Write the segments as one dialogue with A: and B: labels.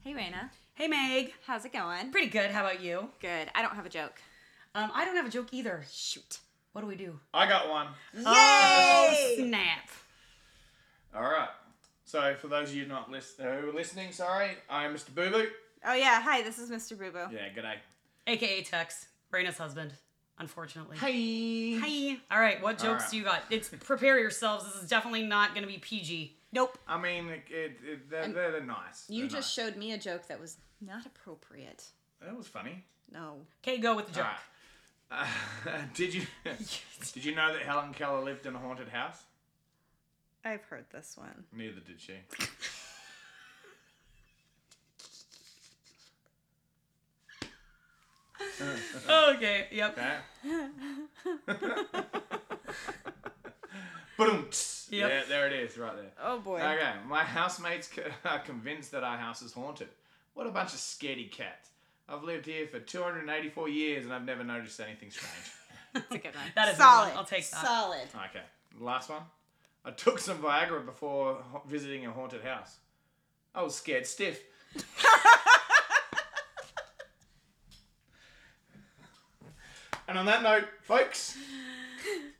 A: Hey, Raina.
B: Hey, Meg.
A: How's it going?
B: Pretty good. How about you?
A: Good. I don't have a joke.
B: Um, I don't have a joke either.
A: Shoot.
B: What do we do?
C: I got one.
B: Oh, snap.
C: All right. So for those of you not list- uh, who are listening, sorry, I'm Mr. Boo Boo.
A: Oh, yeah. Hi, this is Mr. Boo Boo.
C: Yeah, good day.
B: AKA Tux, Raina's husband, unfortunately.
C: Hey.
B: Hi. All right, what jokes
C: right.
B: do you got? It's prepare yourselves. This is definitely not going to be PG.
A: Nope.
C: I mean, it, it, it, they're, they're, they're nice.
A: You
C: They're
A: just showed me a joke that was not appropriate.
C: nice. that was funny.
A: No.
B: Okay, go with the joke.
C: All right. Uh, did you did you know that Helen Keller lived in a haunted house?
A: I've heard this one.
C: Neither did she.
B: Oh, Okay, yep.
C: Okay. Boom.
B: Yep.
C: Yeah, there it is, right there.
A: Oh, boy.
C: Okay, my housemates c- are convinced that our house is haunted. What a bunch of scaredy cats. I've lived here for 284 years and I've never noticed anything strange.
A: That's a good one.
B: That is a good
A: Solid.
B: one. I'll take that.
A: Solid.
C: Okay, last one. I took some Viagra before ha- visiting a haunted house. I was scared stiff. and on that note, folks,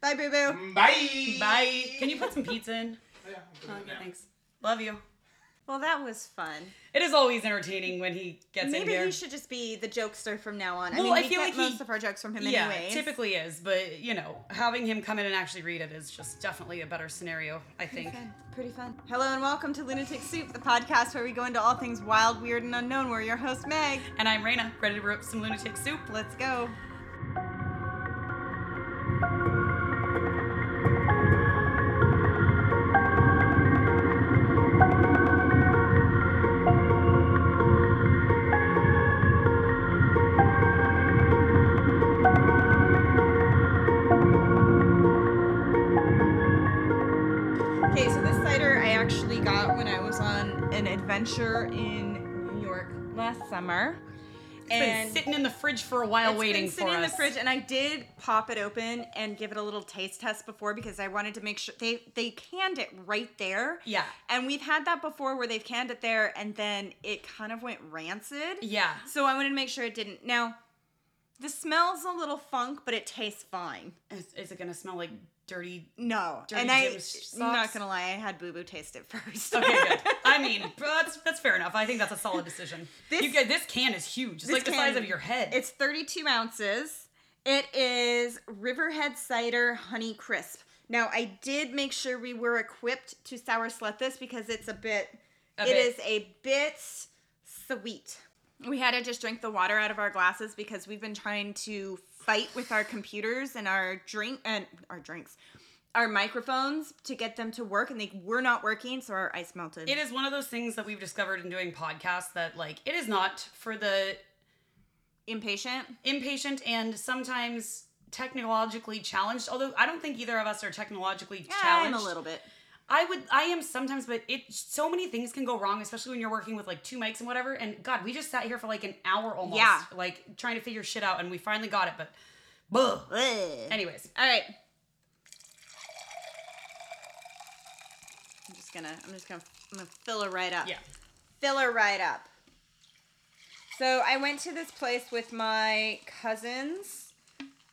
A: Bye, Boo Boo.
C: bye. Oh,
B: Bye. Can you put some pizza in?
C: Yeah, I'll put it in
B: Okay,
C: now.
B: Oh, thanks. Love you.
A: Well, that was fun.
B: It is always entertaining when he gets in
A: Maybe
B: here.
A: he should just be the jokester from now on. I
B: Well,
A: mean,
B: I
A: we
B: feel
A: get
B: like he-
A: most of our jokes from him
B: yeah,
A: anyways.
B: typically is, but you know, having him come in and actually read it is just definitely a better scenario, I think.
A: Fun. Pretty fun. Hello and welcome to Lunatic Soup, the podcast where we go into all things wild, weird, and unknown. We're your host, Meg.
B: And I'm Raina, ready to brew up some lunatic soup.
A: Let's go. Okay, so this cider I actually got when I was on an adventure in New York last summer.
B: It's been sitting in the fridge for a while
A: It's
B: waiting
A: been sitting
B: for
A: in
B: us.
A: the fridge and i did pop it open and give it a little taste test before because i wanted to make sure they they canned it right there
B: Yeah.
A: and we've had that before where they've canned it there and then it kind of went rancid
B: Yeah.
A: so i wanted to make sure it didn't now the smell's a little funk but it tastes fine
B: Is, is it gonna smell like dirty?
A: no
B: Dirty
A: and i
B: Jim's
A: i'm not
B: socks?
A: gonna lie i had boo boo taste it first
B: Okay, good. I mean, that's that's fair enough. I think that's a solid decision.
A: This-
B: you guys, this can is huge. It's
A: This
B: like the size
A: can-
B: of your head.
A: It's 32 ounces. It is Riverhead Cider Honey Crisp. Now, I did make sure we were equipped to sour slut this because it's a bit, It
B: A
A: is
B: bit.
A: a bit sweet. We had to just drink the water out of our glasses because we've been trying to fight with our computers and our drink and our drinks, our microphones to get them to work, and they were not working, so our ice melted.
B: it is one of those things that we've discovered in doing podcasts that like it is not for the
A: impatient.
B: impatient and sometimes technologically challenged. Although I don't think either of us are technologically
A: I'm
B: challenged.
A: a little bit.
B: I would I am sometimes, but it so many things can go wrong, especially when you're working with like two mics and whatever. And God, we just sat here for like an hour almost.
A: Yeah.
B: Like trying to figure shit out and we finally got it, but Buh.
A: Ugh.
B: Anyways.
A: All right. I'm just gonna, I'm just gonna, I'm gonna fill her right up.
B: Yeah.
A: Fill her right up. So I went to this place with my cousins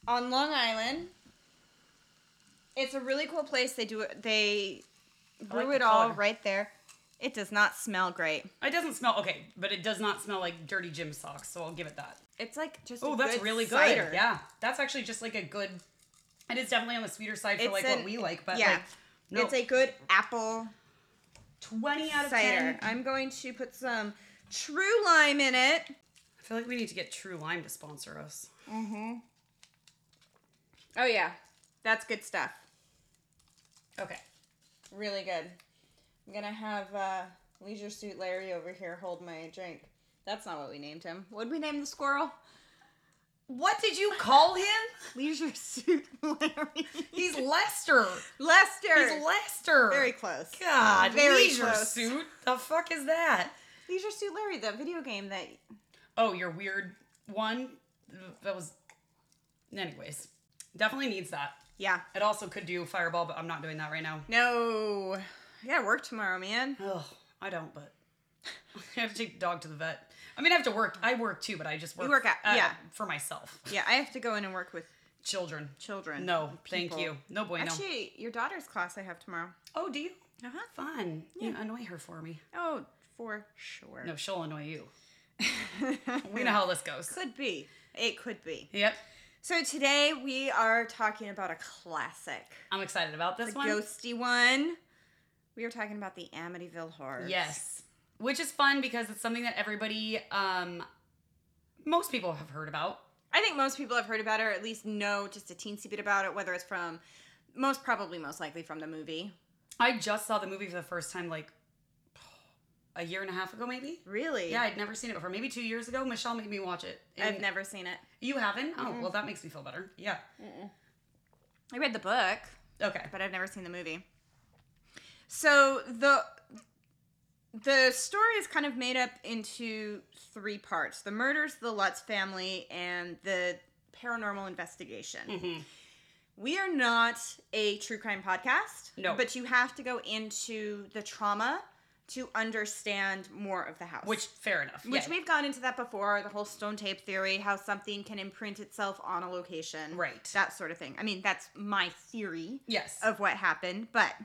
A: on Long Island. It's a really cool place. They do it, they brew
B: the
A: it all
B: color.
A: right there. It does not smell great.
B: It doesn't smell okay, but it does not smell like dirty gym socks, so I'll give it that.
A: It's like just
B: Oh,
A: a
B: that's
A: good
B: really good.
A: cider.
B: Yeah. That's actually just like a good it is definitely on the sweeter side for
A: It's
B: like
A: an-
B: what we like, but
A: yeah.
B: like no,
A: It's a good apple
B: twenty out of
A: cider.
B: ten. I
A: I'm going to put some true lime in it.
B: feel like we need to get True Lime to sponsor us.
A: Oh yeah, that's good stuff.
B: Okay.
A: Really good. I'm gonna have uh, Leisure Suit Larry over here hold my drink. That's not what we named him. What'd we name the squirrel?
B: What did you call him?
A: Leisure Suit Larry.
B: He's Lester.
A: Lester.
B: He's Lester.
A: Very close.
B: God,
A: Very
B: leisure
A: close.
B: suit. The fuck is that?
A: Leisure Suit Larry, the video game that.
B: Oh, your weird one. That was. Anyways, definitely needs that.
A: Yeah.
B: It also could do fireball, but I'm not doing that right now.
A: No. Yeah, work tomorrow, man.
B: Ugh, I don't. But I have to take the dog to the vet. I mean, I have to work. I work too, but I just work.
A: work out, yeah.
B: For myself,
A: Yeah, I have to go in and work with
B: children.
A: children.
B: No,
A: and
B: thank
A: people.
B: you. No bueno.
A: Actually, your daughter's class I have tomorrow.
B: oh, do you?
A: Uh huh.
B: Fun. You annoy her for me.
A: Oh, for sure.
B: No, she'll annoy you. we know how this goes.
A: Could be. It could be.
B: Yep.
A: So today we are talking about a classic,
B: I'm excited about this
A: a
B: one.
A: ghosty one. We are talking about the Amityville Horror.
B: Yes. Which is fun because it's something that everybody, um, most people have heard about.
A: I think most people have heard about it, or at least know just a teensy bit about it, whether it's from most probably most likely from the movie.
B: I just saw the movie for the first time like a year and a half ago, maybe.
A: Really?
B: Yeah, I'd never seen it before. Maybe two years ago. Michelle made me watch it. And
A: I've never seen it.
B: You haven't? Oh, well, that makes me feel better. Yeah.
A: I read the book,
B: Okay.
A: but I've never seen the movie. So the the story is kind of made up into three parts: the murders, the Lutz family, and the paranormal investigation.
B: Mm-hmm.
A: We are not a true crime podcast,
B: No.
A: but you have to go into the trauma to understand more of the house.
B: Which, fair enough.
A: which
B: Yeah.
A: we've gone into that before, the whole stone tape theory, how something can imprint itself on a location.
B: Right.
A: That sort of thing. I mean, that's my theory
B: Yes.
A: of what happened. But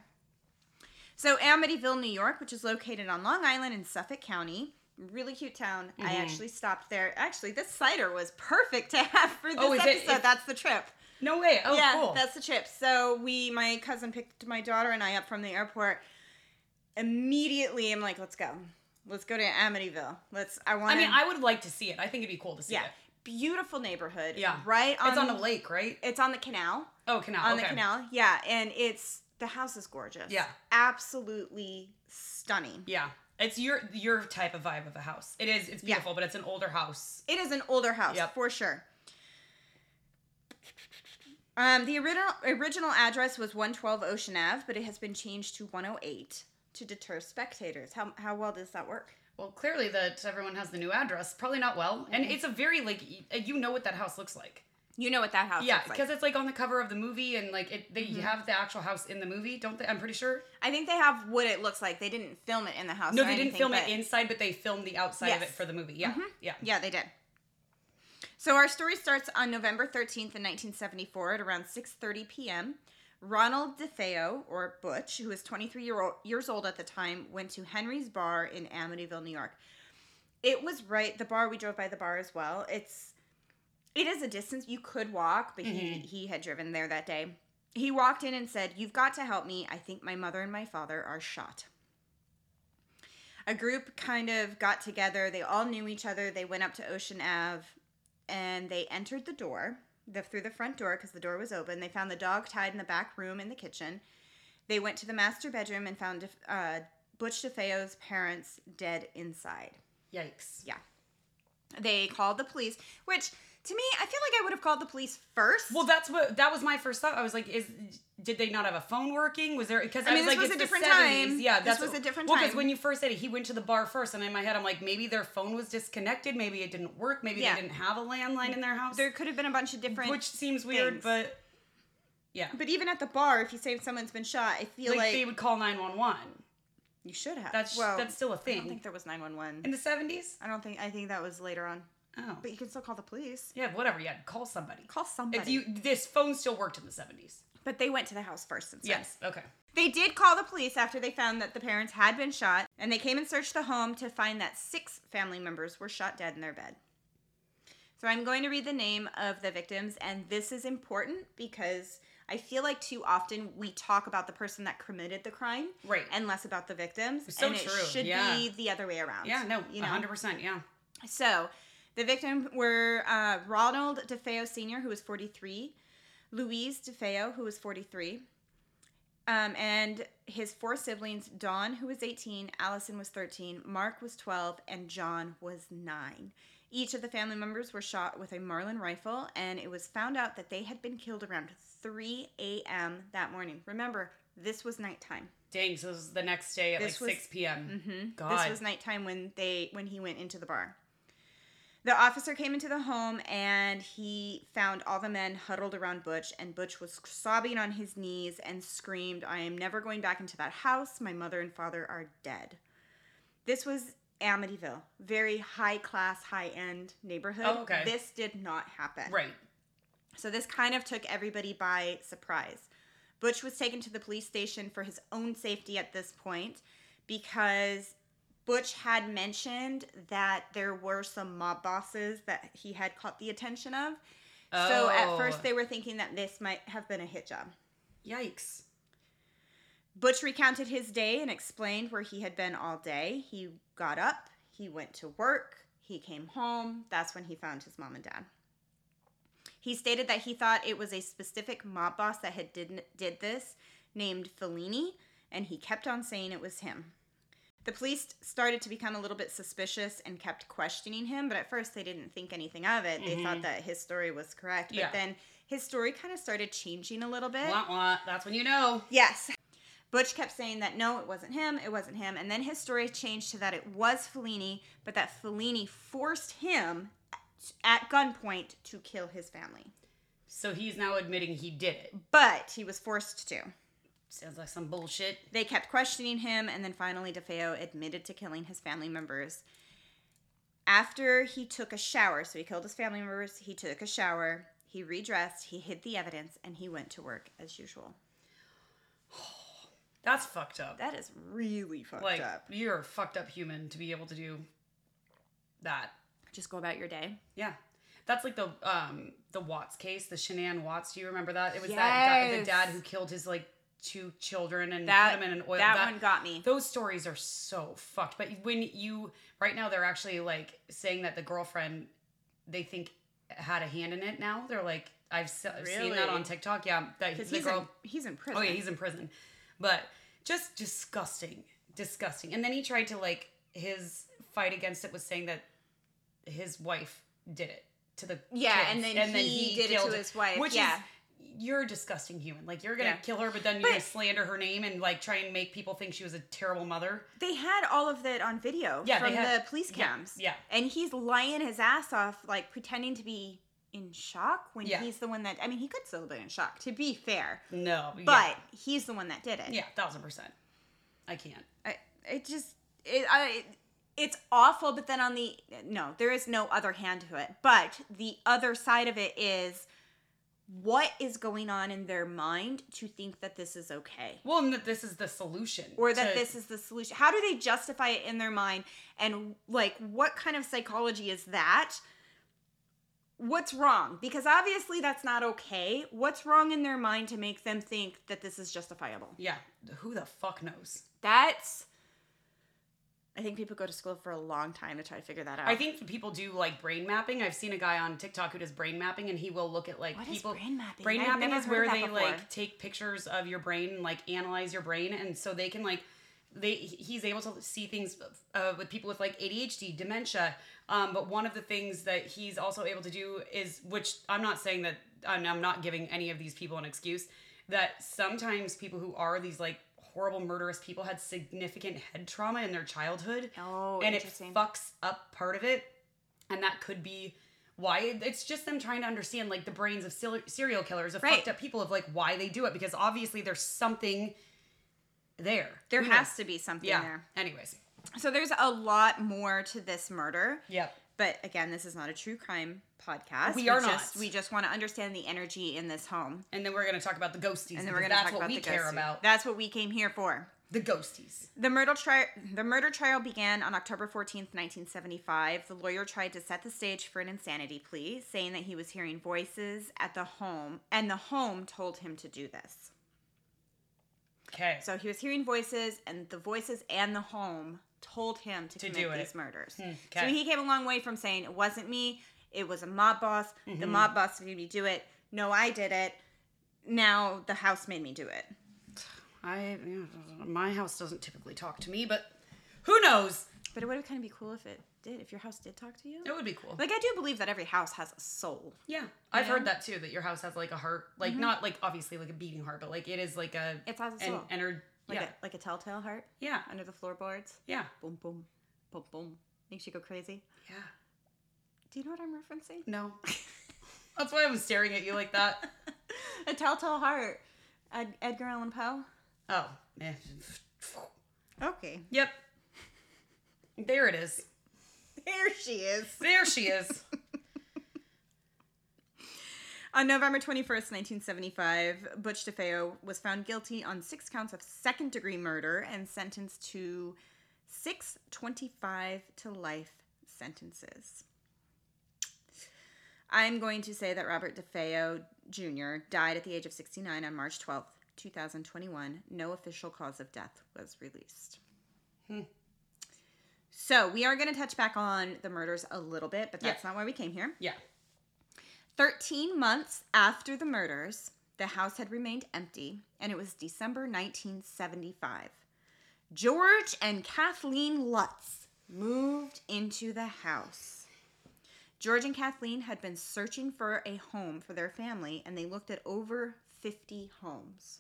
A: so Amityville, New York, which is located on Long Island in Suffolk County, really cute town.
B: Mm-hmm.
A: I actually stopped there. Actually, this cider was perfect to have for this
B: Oh, is it-
A: episode.
B: it-
A: that's the trip.
B: no way. Oh,
A: yeah,
B: cool.
A: that's the trip. So we, my cousin picked my daughter and I up from the airport. Immediately, I'm like, let's go. Let's go to Amityville. Let's. I want.
B: I mean, I would like to see it. I think it'd be cool to see
A: yeah,
B: it.
A: beautiful neighborhood.
B: Yeah.
A: right on.
B: It's on a lake, right?
A: It's on the canal
B: Oh, canal.
A: on
B: okay.
A: the canal. Yeah, and it's the house is gorgeous.
B: Yeah.
A: absolutely stunning.
B: Yeah. It's your your type of vibe of a house. It is. It's
A: Yeah.
B: beautiful, but it's an older house.
A: It is an older house
B: Yep.
A: for sure. Um, the original original address was 112 Ocean Ave, but it has been changed to 108 to deter spectators. How how well does that work?
B: Well, clearly that everyone has the new address. Probably not well.
A: Mm-hmm.
B: And it's a very like y- uh, you know what that house looks like.
A: You know what that house
B: Yeah,
A: looks like. Mm-hmm.
B: because it's like on the cover of the movie, and like it, they have the actual house in the movie, don't they? I'm pretty sure.
A: I think they have what it looks like. They didn't film it in the house.
B: No,
A: or
B: they didn't
A: anything,
B: film
A: but-
B: it inside, but they filmed the outside of
A: Yes. Mm-hmm.
B: it for the movie. Yeah, yeah.
A: Yeah, they did. So our story starts on November 13th in 1974 at around 6:30 p.m. Ronald DeFeo, or Butch, who was 23 year old, years old at the time, went to Henry's Bar in Amityville, New York. It was right the bar we drove by the bar as well. It's it is a distance you could walk, but he he had driven there that day. He walked in and said, "You've got to help me. I think my mother and my father are shot." a group kind of got together. They all knew each other. They went up to Ocean Ave and they entered the door, the, through the front door because the door was open. They found the dog tied in the back room in the kitchen. They went to the master bedroom and found uh, Butch DeFeo's parents dead inside.
B: Yikes.
A: Yeah. They called the police, which to me, I feel like I would have called the police first.
B: Well, that's what that was my first thought. I was like, is did they not have a phone working? Was there? Because I,
A: mean,
B: was
A: this
B: like,
A: was
B: it's
A: a
B: the
A: different
B: 70s.
A: time.
B: Yeah,
A: This
B: that's
A: was a different
B: well, Because
A: time.
B: when you first said it, he went to the bar first, and in my head, I'm like, maybe their phone was disconnected. Maybe it didn't work. Maybe
A: Yeah.
B: they didn't have a landline in their house.
A: there could have been a bunch of different.
B: which seems weird,
A: things.
B: but yeah,
A: but even at the bar, if you say someone's been shot, I feel
B: like,
A: like,
B: they would call nine one one.
A: you should have.
B: That's
A: well,
B: that's still a
A: I don't
B: thing
A: think there was 911.
B: in the seventies.
A: I don't think. I think that was later on.
B: Oh,
A: But you can still call the police.
B: yeah, whatever. Yeah, call somebody.
A: Call somebody.
B: If you this phone still worked in the seventies.
A: but they went to the house first. And said-
B: Yes. Okay.
A: They did call the police after they found that the parents had been shot, and they came and searched the home to find that six family members were shot dead in their bed. So I'm going to read the name of the victims, and this is important because I feel like too often we talk about the person that committed the crime,
B: Right.
A: and less about the victims.
B: So
A: and
B: true,
A: It should
B: yeah.
A: be the other way around.
B: Yeah. No.
A: You
B: One
A: know?
B: hundred percent. Yeah.
A: So, the victims were uh, Ronald DeFeo Sr., who was 43, Louise DeFeo, who was 43, um, and his four siblings Dawn, who was 18, Allison was 13, Mark was 12, and John was 9. Each of the family members were shot with a Marlin rifle, and it was found out that they had been killed around 3 a.m. that morning. Remember, this was nighttime.
B: Dang. So this is the next day at
A: This
B: like
A: was-
B: six p.m.
A: hmm
B: God.
A: This was nighttime when they when he went into the bar. The officer came into the home and he found all the men huddled around Butch, and Butch was sobbing on his knees and screamed, "I am never going back into that house. My mother and father are dead." This was Amityville, very high class, high end neighborhood.
B: Oh, okay.
A: This did not happen.
B: Right.
A: So this kind of took everybody by surprise. Butch was taken to the police station for his own safety at this point because Butch had mentioned that there were some mob bosses that he had caught the attention of. So at
B: Oh.
A: first they were thinking that this might have been a hit job.
B: Yikes.
A: Butch recounted his day and explained where he had been all day. He got up, he went to work, he came home. That's when he found his mom and dad. He stated that he thought it was a specific mob boss that had did, did this, named Fellini, and he kept on saying it was him. The police started to become a little bit suspicious and kept questioning him, but at first they didn't think anything of it. They thought that his story was correct, but
B: Yeah.
A: then his story kind of started changing a little bit.
B: Wah, wah. That's when you know.
A: Yes. Butch kept saying that no, it wasn't him, it wasn't him. And then his story changed to that it was Fellini, but that Fellini forced him at gunpoint to kill his family.
B: So he's now admitting he did it.
A: But he was forced to.
B: Sounds like some bullshit.
A: They kept questioning him, and then finally DeFeo admitted to killing his family members. After he took a shower, so he killed his family members, he took a shower, he redressed, he hid the evidence, and he went to work as usual.
B: That's fucked up.
A: That is really fucked
B: like
A: up.
B: you're a fucked up human to be able to do that.
A: Just go about your day.
B: Yeah. That's like the um the Watts case, the Shanann Watts. Do you remember that? It was that da- the
A: Yes.
B: dad who killed his like two children and
A: That-
B: put them in an oil.
A: that one got me.
B: Those stories are so fucked. But when you right now they're actually like saying that the girlfriend they think had a hand in it. Now they're like I've, se- I've seen that
A: Really?
B: on TikTok. Yeah, that the
A: Because he's,
B: girl.
A: in, he's in prison.
B: Oh yeah, he's in prison. But just disgusting, disgusting. And then he tried to like his fight against it was saying that his wife did it to the
A: Yeah, and
B: kids,
A: then he did it to
B: killed
A: his wife,
B: which
A: yeah.
B: is you're a disgusting human. Like you're gonna
A: Yeah.
B: kill her, but then you're
A: But-
B: gonna slander her name and like try and make people think she was a terrible mother.
A: They had all of that on video
B: Yeah,
A: from
B: they had-
A: the police
B: yeah,
A: cams.
B: yeah.
A: And he's lying his ass off, like pretending to be in shock when
B: Yeah.
A: he's the one that, I mean, he could still have been in shock, to be fair,
B: No, yeah.
A: but he's the one that did it.
B: yeah, thousand percent. I can't.
A: I, it just, it, I, it's awful, but then on the, no, there is no other hand to it. But the other side of it is what is going on in their mind to think that this is okay?
B: Well, and that this is the solution,
A: or that
B: to-
A: this is the solution how do they justify it in their mind and like what kind of psychology is that what's wrong because obviously that's not okay what's wrong in their mind to make them think that this is justifiable
B: Yeah, who the fuck knows?
A: that's i think people go to school for a long time to try to figure that out
B: I think people do like brain mapping. I've seen a guy on TikTok who does brain mapping, and he will look at like
A: What is
B: people.
A: brain mapping?
B: brain
A: I've
B: mapping
A: never
B: is
A: heard
B: where
A: of that
B: they
A: before.
B: like take pictures of your brain and like analyze your brain, and so they can like they he- he's able to see things uh, with people with like ADHD, dementia. Um, but one of the things that he's also able to do is, which I'm not saying that I'm, I'm not giving any of these people an excuse, that sometimes people who are these like horrible murderous people had significant head trauma in their childhood
A: oh
B: and it
A: interesting
B: fucks up part of it and that could be why it's just them trying to understand like the brains of sil- serial killers of
A: Right.
B: fucked up people of like why they do it because obviously there's something there
A: there
B: Who
A: has
B: knows?
A: to be something
B: yeah
A: there
B: anyways
A: so there's a lot more to this murder
B: yep
A: But again, this is not a true crime podcast.
B: We are not.
A: just- We just want to understand the energy in this home,
B: and then we're gonna talk about the ghosties
A: and then we're going to
B: because
A: talk
B: that's what
A: about
B: we
A: the
B: care
A: ghost.
B: about
A: That's what we came here for.
B: the ghosties
A: The murder trial. The murder trial began on October fourteenth, nineteen seventy-five. The lawyer tried to set the stage for an insanity plea, saying that he was hearing voices at the home, and the home told him to do this.
B: okay
A: So he was hearing voices, and the voices and the home told him to, Hmm,
B: To
A: commit
B: do it.
A: these murders. So
B: okay.
A: he came a long way from saying it wasn't me, it was a mob boss. The mob boss made me do it. No, I did it. Now the house made me do it.
B: i my house doesn't typically talk to me but who knows
A: But it would have kind of be cool if it did, if your house did talk to you.
B: it would be cool
A: Like I do believe that every house has a soul.
B: yeah i've heard that too that your house has like a heart like not like obviously like a beating heart but like it is like a
A: Mm-hmm. It has a
B: and
A: soul.
B: entered
A: like
B: yeah
A: a like a telltale heart
B: yeah
A: under the floorboards.
B: yeah
A: Boom boom. Boom boom. Makes you go crazy.
B: yeah
A: Do you know what I'm referencing?
B: no that's why i'm staring at you like that
A: A telltale heart. Ed- Edgar Allan Poe.
B: oh eh.
A: Okay.
B: yep There it is.
A: There she is.
B: There she is.
A: On November 21st, 1975, Butch DeFeo was found guilty on six counts of second degree murder and sentenced to 625 to life sentences. I'm going to say that Robert DeFeo Jr. died at the age of 69 on March 12th, 2021. No official cause of death was released. So, we are going to touch back on the murders a little bit, but that's
B: Yeah.
A: not why we came here.
B: yeah.
A: 13 months after the murders, the house had remained empty, and it was December 1975. George and Kathleen Lutz moved into the house. George and Kathleen had been searching for a home for their family, and they looked at over 50 homes.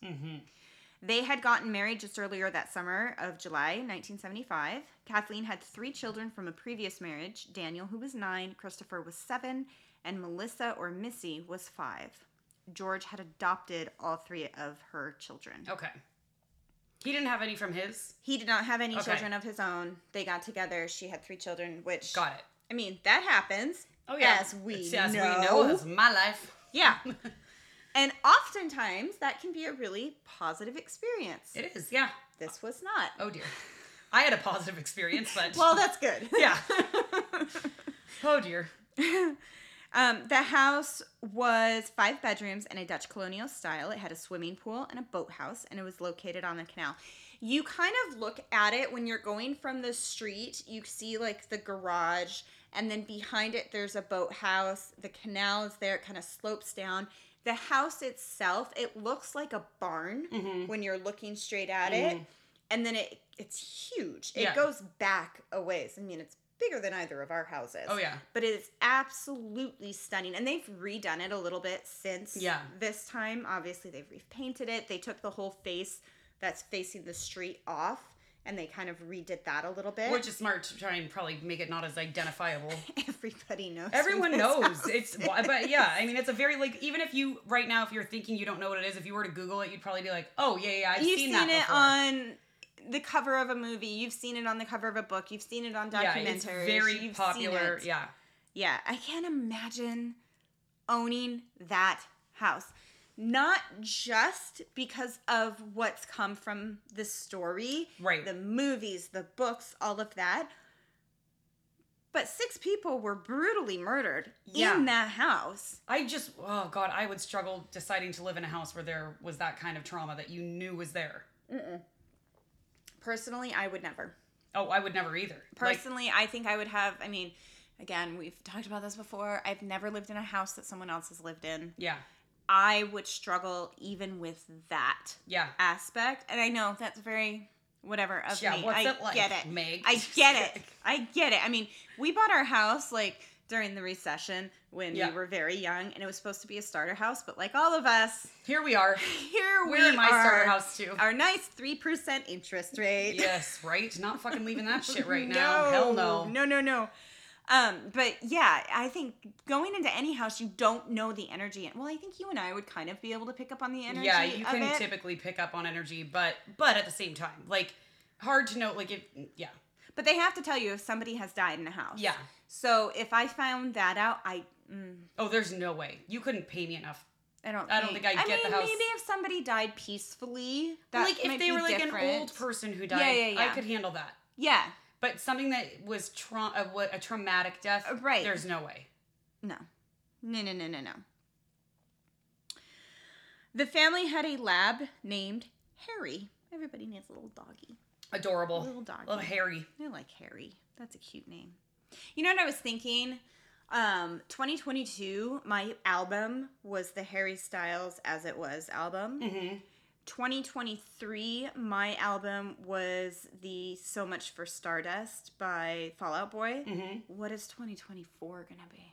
A: They had gotten married just earlier that summer of July 1975. Kathleen had three children from a previous marriage Daniel, who was nine, Christopher was seven, and Melissa or Missy was five. George had adopted all three of her children.
B: Okay. He didn't have any from his.
A: He did not have any
B: Okay.
A: children of his own. They got together. She had three children, which
B: Got it.
A: I mean, that happens.
B: Oh yeah.
A: As we
B: As
A: know.
B: we know. That's my life.
A: Yeah. and oftentimes that can be a really positive experience.
B: It is. Yeah.
A: This was not.
B: Oh dear. I had a positive experience, but
A: Well, that's good.
B: yeah. oh dear.
A: Um, the house was five bedrooms in a Dutch colonial style. It had a swimming pool and a boathouse, and it was located on the canal. You kind of look at it when you're going from the street. You see like the garage, and then behind it there's a boathouse. The canal is there. It kind of slopes down. The house itself, it looks like a barn
B: Mm-hmm.
A: when you're looking straight at it, and then it it's huge. It
B: Mm. Yeah.
A: goes back a ways. I mean, it's bigger than either of our houses
B: Oh yeah.
A: but it's absolutely stunning and they've redone it a little bit since
B: Yeah.
A: this time obviously they've repainted it they took the whole face that's facing the street off and they kind of redid that a little bit
B: Which is smart to try and probably make it not as identifiable.
A: everybody knows where
B: Everyone
A: this
B: knows
A: house
B: it's,
A: is.
B: but yeah, I mean, it's a very like even if you right now if you're thinking you don't know what it is, if you were to Google it, you'd probably be like, oh yeah, yeah, I've
A: you've seen,
B: seen, that
A: it
B: before.
A: on the cover of a movie you've seen it on the cover of a book you've seen it on
B: yeah,
A: documentaries
B: it's very
A: you've
B: popular.
A: seen it.
B: Yeah,
A: Yeah, I can't imagine owning that house. Not just because of what's come from the story,
B: Right.
A: the movies, the books, all of that, but six people were brutally murdered
B: Yeah.
A: in that house.
B: I just oh god, I would struggle deciding to live in a house where there was that kind of trauma that you knew was there.
A: Personally, I would never.
B: Oh, I would never either. Like,
A: Personally, I think I would have, I mean, again, we've talked about this before. I've never lived in a house that someone else has lived in.
B: yeah,
A: I would struggle even with that.
B: yeah.
A: aspect, and I know that's very whatever of
B: Yeah,
A: me.
B: what's
A: I
B: it like,
A: get it.
B: Meg?
A: I get it. I get it. I mean, we bought our house like during the recession when
B: Yeah.
A: we were very young, and it was supposed to be a starter house, but like all of us,
B: Here we are.
A: here
B: We're
A: we
B: in my
A: are.
B: starter house too.
A: Our nice three percent interest rate.
B: yes, right. Not fucking leaving that shit right now. Hell no.
A: No, no, no. Um, but yeah, I think going into any house, you don't know the energy. And well, I think you and I would kind of be able to pick up on the energy.
B: yeah you
A: of
B: can
A: it.
B: typically pick up on energy but but at the same time like hard to know like if yeah
A: But they have to tell you if somebody has died in a house.
B: yeah
A: So if I found that out, I mm,
B: oh there's no way you couldn't pay me enough
A: I don't.
B: I don't think I'd get the
A: mean,
B: house-
A: Maybe if somebody died peacefully, that
B: like if
A: might
B: they
A: be
B: were like
A: different.
B: an old person who died
A: yeah, yeah.
B: i could handle that
A: Yeah.
B: but something that was tra- a, what a traumatic death
A: Uh, right.
B: there's no way
A: No. No. No. No. No. No. The family had a lab named Harry. Everybody needs a little doggy.
B: adorable
A: Little doggy.
B: little hairy
A: I like Harry. That's a cute name. You know what I was thinking? Um, 2022, my album was the Harry Styles As It Was album.
B: mm-hmm.
A: 2023, my album was the So Much for Stardust by Fallout Boy.
B: Mm-hmm.
A: What is 2024 gonna be?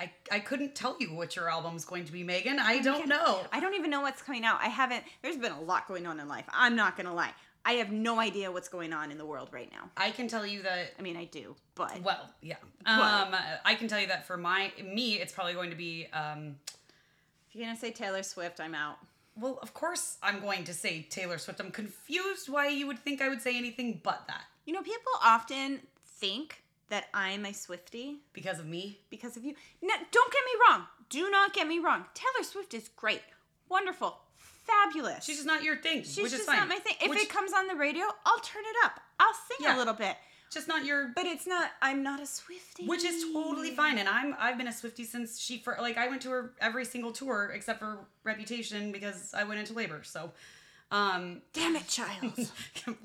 B: I, I couldn't tell you what your album's going to be megan i don't know
A: I don't even know what's coming out. I haven't, there's been a lot going on in life. I'm not gonna lie. I have no idea what's going on in the world right now.
B: i can tell you that
A: I mean, I do, but
B: Well, yeah.
A: What?
B: Um, I can tell you that for my me, it's probably going to be. Um,
A: if you're gonna say Taylor Swift, I'm out.
B: well, of course, I'm going to say Taylor Swift. I'm confused why you would think I would say anything but that.
A: You know, people often think that I'm a Swifty
B: because of me.
A: because of you. No, don't get me wrong. Do not get me wrong. Taylor Swift is great, wonderful, fabulous.
B: She's just not your thing.
A: She's
B: which
A: just
B: is fine.
A: not my thing. If
B: Which-
A: it comes on the radio, I'll turn it up. I'll sing a
B: Yeah.
A: little bit.
B: just not your
A: But it's not. I'm not a Swifty.
B: which is totally fine and i'm i've been a swifty since she for like i went to her every single tour except for reputation because i went into labor so um
A: Damn it, child.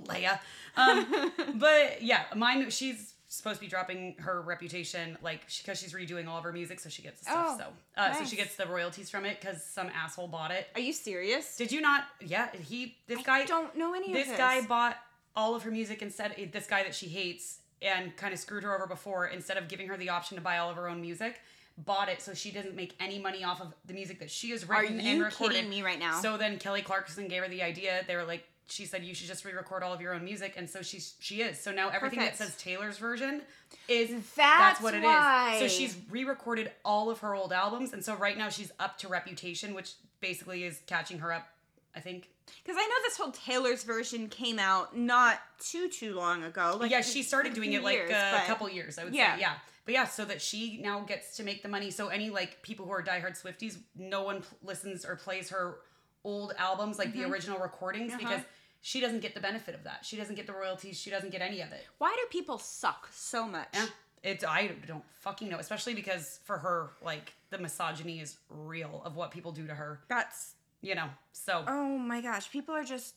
B: leia um but yeah mine she's supposed to be dropping her reputation like because she's redoing all of her music so she gets the stuff
A: Oh,
B: so uh so
A: nice.
B: she gets the royalties from it because some asshole bought it
A: Are you serious?
B: did you not yeah he this
A: I
B: guy
A: don't know any
B: this
A: of this.
B: guy bought all of her music and said eh, this guy that she hates and kind of screwed her over before instead of giving her the option to buy all of her own music bought it so she doesn't make any money off of the music that she has
A: Are
B: written and
A: you
B: recorded
A: kidding me right now?
B: so then kelly clarkson gave her the idea they were like she said you should just re-record all of your own music and so she's she is so now everything that
A: Perfect. Mm-hmm.
B: says taylor's version is that's,
A: That's
B: what it is.
A: why.
B: so she's re-recorded all of her old albums and so right now she's up to reputation which basically is catching her up i think
A: Because I know this whole Taylor's version came out not too too long ago. Like
B: yeah, she started
A: a
B: doing
A: few
B: it like
A: years,
B: uh,
A: but-
B: a couple years, I would
A: Yeah.
B: say. Yeah. But yeah, so that she now gets to make the money. So any like people who are diehard Swifties, no one p- listens or plays her old albums, like
A: Mm-hmm.
B: the original
A: Uh-huh.
B: recordings, because she doesn't get the benefit of that. She doesn't get the royalties. She doesn't get any of it.
A: Why do people suck so much?
B: Yeah. It's I don't fucking know, especially because for her, like the misogyny is real of what people do to her.
A: That's
B: You know. So
A: oh my gosh, people are just.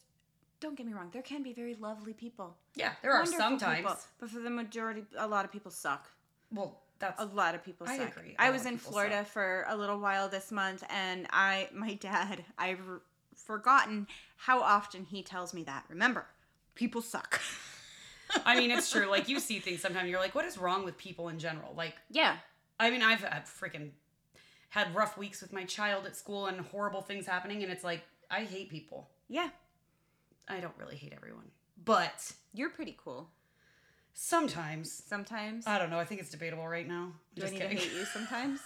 A: Don't get me wrong. There can be very lovely people.
B: yeah, there are
A: wonderful
B: sometimes.
A: people, but for the majority, a lot of people suck.
B: Well, that's
A: A lot of people
B: I
A: suck.
B: agree. A
A: I
B: lot
A: was
B: of
A: in
B: people
A: Florida for a little while this month, and I, my dad, I've r- forgotten how often he tells me that. Remember, people suck.
B: I mean, it's true. Like you see things sometimes, you're like, what is wrong with people in general? Like
A: yeah.
B: I mean, I've, i freaking had rough weeks with my child at school and horrible things happening, and it's like I hate people.
A: Yeah.
B: I don't really hate everyone, but
A: You're pretty cool.
B: sometimes
A: Sometimes.
B: I don't know. I think it's debatable right now.
A: do
B: Uh, Just
A: I need
B: kidding.
A: to hate you sometimes?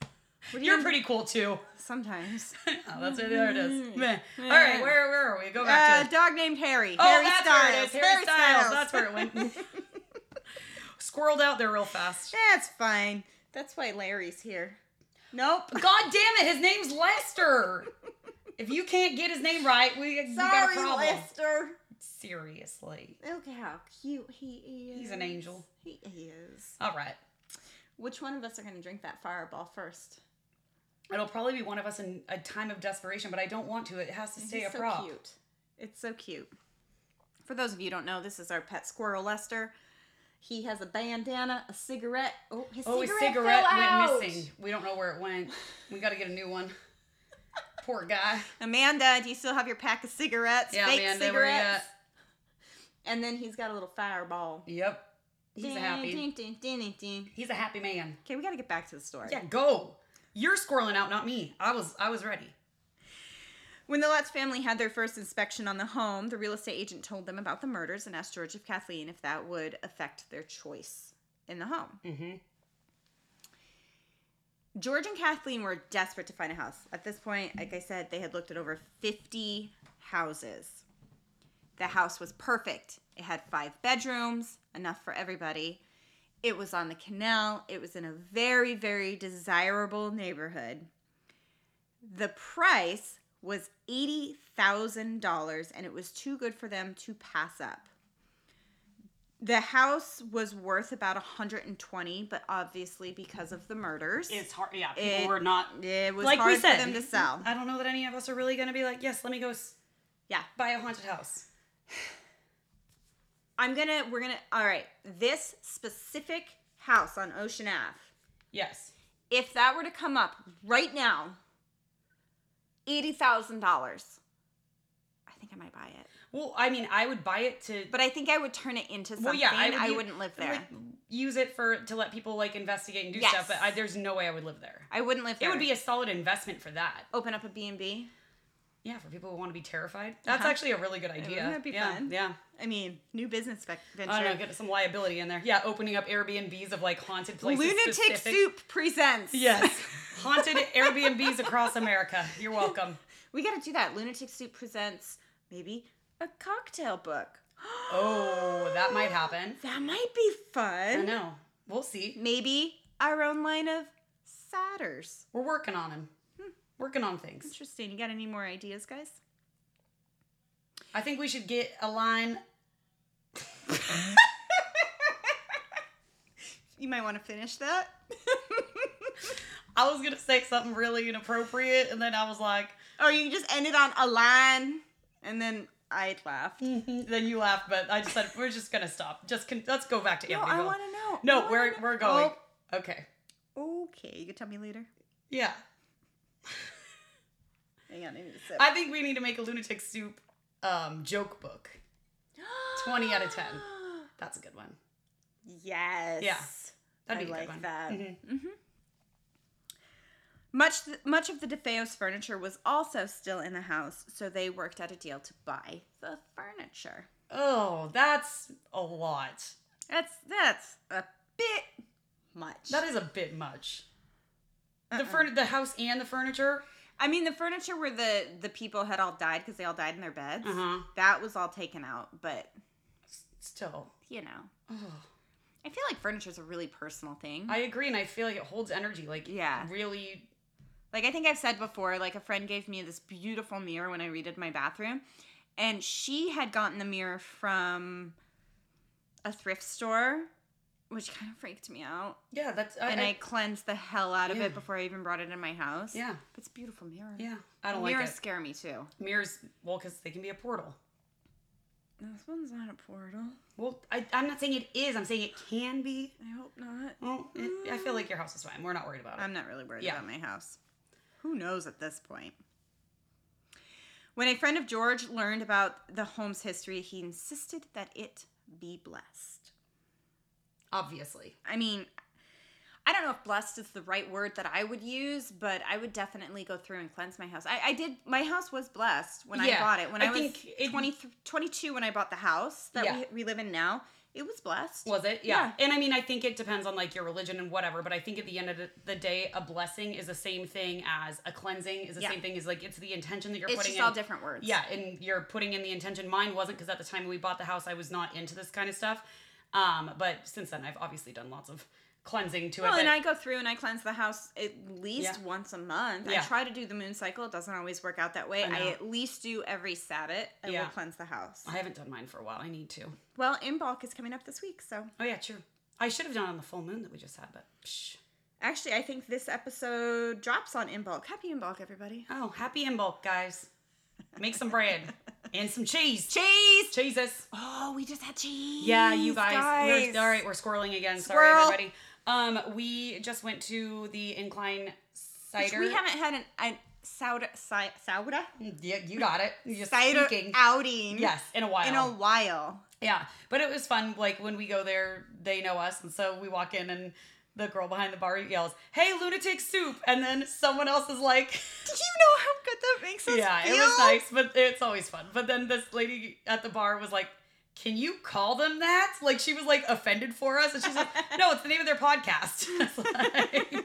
A: What do
B: You're
A: mean?
B: pretty cool too.
A: Sometimes.
B: oh, that's it. There it is. Meh. All right, where where are we? Go back
A: Mm-hmm. Uh,
B: to.
A: dog named Harry.
B: Oh,
A: Harry
B: that's
A: Styles.
B: where it is. Harry, Styles. That's where it went. Squirreled out there real fast.
A: That's fine. That's why Larry's here. Nope.
B: God damn it! His name's Lester. if you can't get his name right, we, we got a
A: Sorry,
B: problem.
A: Lester.
B: Seriously.
A: Look how cute he is.
B: He's an angel.
A: He is.
B: All right.
A: Which one of us are going to drink that fireball first?
B: It'll probably be one of us in a time of desperation, but I don't want to. It has to stay
A: He's
B: a
A: so
B: prop.
A: cute. It's so cute. For those of you who don't know, this is our pet squirrel Lester. He has a bandana, a cigarette. Oh, his
B: Oh,
A: cigarette,
B: his cigarette
A: fell out.
B: went missing. We don't know where it went. We got to get a new one. Poor guy.
A: Amanda, do you still have your pack of cigarettes?
B: Yeah,
A: Fake
B: Amanda, where you
A: cigarettes. And then he's got a little fireball.
B: Yep. He's a
A: Ding,
B: happy.
A: ding, ding, ding, ding, ding.
B: He's a happy man.
A: Okay, we got to get back to the story.
B: Yeah, go. You're squirreling out, not me. I was I was ready.
A: When the Lutz family had their first inspection on the home, the real estate agent told them about the murders and asked George of Kathleen if that would affect their choice in the home.
B: Mhm.
A: George and Kathleen were desperate to find a house. At this point, like I said, they had looked at over 50 houses. The house was perfect. It had five bedrooms, enough for everybody. It was on the canal. It was in a very, very desirable neighborhood. The price was $80,000 and it was too good for them to pass up. The house was worth about 120, but obviously because of the murders,
B: hard. Yeah,
A: It-
B: not
A: it was
B: like
A: hard
B: we said
A: for them to sell.
B: I don't know that any of us are really going to be like, yes, let me go s-
A: Uh, Yeah.
B: buy a haunted house.
A: I'm going to we're going to all right, this specific house on Ocean Ave.
B: Yes.
A: If that were to come up right now, $80,000. I think I might buy it.
B: Well, I mean, I would buy it to
A: But I think I would turn it into something.
B: Well, yeah, I
A: I,
B: would u-
A: wouldn't live there.
B: like, use it for to let people like investigate and do
A: Yes.
B: stuff. But I, there's no way I would live there.
A: I wouldn't live there.
B: It would be a solid investment for that.
A: open up a B and B.
B: Yeah, for people who want to be terrified, that's
A: Uh-huh.
B: actually a really good idea.
A: Wouldn't that be
B: yeah,
A: fun?
B: Yeah.
A: I mean, new business ve- venture.
B: I don't know, get some liability in there. Yeah, opening up Airbnbs of like haunted places.
A: Lunatic
B: specific.
A: Soup presents.
B: Yes, haunted Airbnbs across America. You're welcome.
A: we got to do that. Lunatic Soup presents maybe a cocktail book.
B: Oh, that might happen.
A: That might be
B: I
A: fun.
B: know. We'll see.
A: Maybe our own line of satyrs.
B: We're working on him. Hmm. Working on things.
A: Interesting. You got any more ideas, guys?
B: I think we should get a line.
A: You might want to finish that.
B: I was gonna say something really inappropriate, and then I was like,
A: or Oh, you just end it on a line and then I'd laugh. No,
B: then you laughed, but I just said we're just gonna stop. Just con- let's go back to Anthony.
A: I
B: Will.
A: want to know. I
B: No,
A: wanna
B: we're
A: know.
B: we're going. Okay.
A: Oh, okay, you can tell me later.
B: Yeah.
A: Hang on, I need to sip.
B: I think we need to make a lunatic soup um, joke book. 20 out of 10. That's a good one.
A: Yes.
B: Yeah, that'd be a
A: I like
B: good one. Mm-hmm.
A: that. Mhm. Much th- much of the DeFeo's furniture was also still in the house, so they worked out a deal to buy the furniture.
B: Oh, that's a lot.
A: That's that's a bit much.
B: That is a bit much. The
A: Uh-uh.
B: furn- the house and the furniture.
A: I mean, the furniture where the the people had all died because they all died in their beds.
B: Uh-huh.
A: That was all taken out, but
B: Still.
A: you know,
B: Oh.
A: I feel like furniture is a really personal thing.
B: I agree, and I feel like it holds energy. Like,
A: Yeah.
B: really.
A: like I think I've said before, like a friend gave me this beautiful mirror when I redid my bathroom, and she had gotten the mirror from a thrift store, which kind of freaked me out.
B: Yeah, that's. I,
A: and
B: I-
A: I, cleansed the hell out of
B: Yeah.
A: it before I even brought it in my house.
B: yeah,
A: but it's a beautiful mirror.
B: yeah. I don't like
A: mirrors
B: it.
A: scare me too.
B: Mirrors, well, because they can be a portal.
A: This one's not a portal.
B: Well, I, I'm not saying it is. I'm saying it can be.
A: I hope not.
B: Well, it, I feel like your house is fine. We're not worried about it.
A: I'm not really worried
B: Yeah.
A: about my house. Who knows at this point? When a friend of George learned about the home's history, he insisted that it be blessed.
B: Obviously.
A: I mean, I don't know if blessed is the right word that I would use, but I would definitely go through and cleanse my house. I, I did, my house was blessed when I
B: Yeah,
A: bought it. When I,
B: I
A: was
B: think it-
A: 20, 22, when I bought the house that
B: Yeah.
A: we, we live in now, it was blessed.
B: Was it? Yeah. And I mean, I think it depends on like your religion and whatever, but I think at the end of the, the day, a blessing is the same thing as a cleansing is the
A: Yeah.
B: same thing as like it's the intention that you're
A: It's
B: putting
A: just
B: in.
A: all different words.
B: Yeah, and you're putting in the intention. Mine wasn't because at the time we bought the house, I was not into this kind of stuff. Um, but since then, I've obviously done lots of cleansing to it.
A: Well,
B: but
A: and I go through and I cleanse the house at least
B: Yeah.
A: once a month. I
B: Yeah.
A: try to do the moon cycle. It doesn't always work out that way.
B: I
A: I,
B: know.
A: at least do every Sabbath. I will
B: Yeah.
A: cleanse the house.
B: I haven't done mine for a while. I need to.
A: Well, in bulk is coming up this week, so
B: Oh yeah, true. I should have done it on the full moon that we just had, but psh.
A: actually, I think this episode drops on in bulk. Happy in bulk, everybody!
B: oh, happy in bulk, guys. Make some bread and some cheese.
A: Cheese.
B: Cheeses.
A: Oh, we just had cheese.
B: Yeah, you guys.
A: guys.
B: We're, all right, we're squirreling again.
A: Squirrel.
B: Sorry, everybody. Um, we just went to the Incline
A: Which
B: Cider. Mm,
A: we haven't had an, an soda, si, soda,
B: Yeah, you got it. You're just
A: cider
B: speaking.
A: outing.
B: Yes, in a while.
A: in a while.
B: yeah, but it was fun. Like when we go there, they know us, and so we walk in, and the girl behind the bar yells, "Hey, lunatic soup!" And then someone else is like.
A: Did you know how good that makes us
B: yeah,
A: feel?
B: it was nice, but it's always fun. But then this lady at the bar was like, "Can you call them that?" Like she was like offended for us, and she's like, "No, it's the name of their podcast." I was like-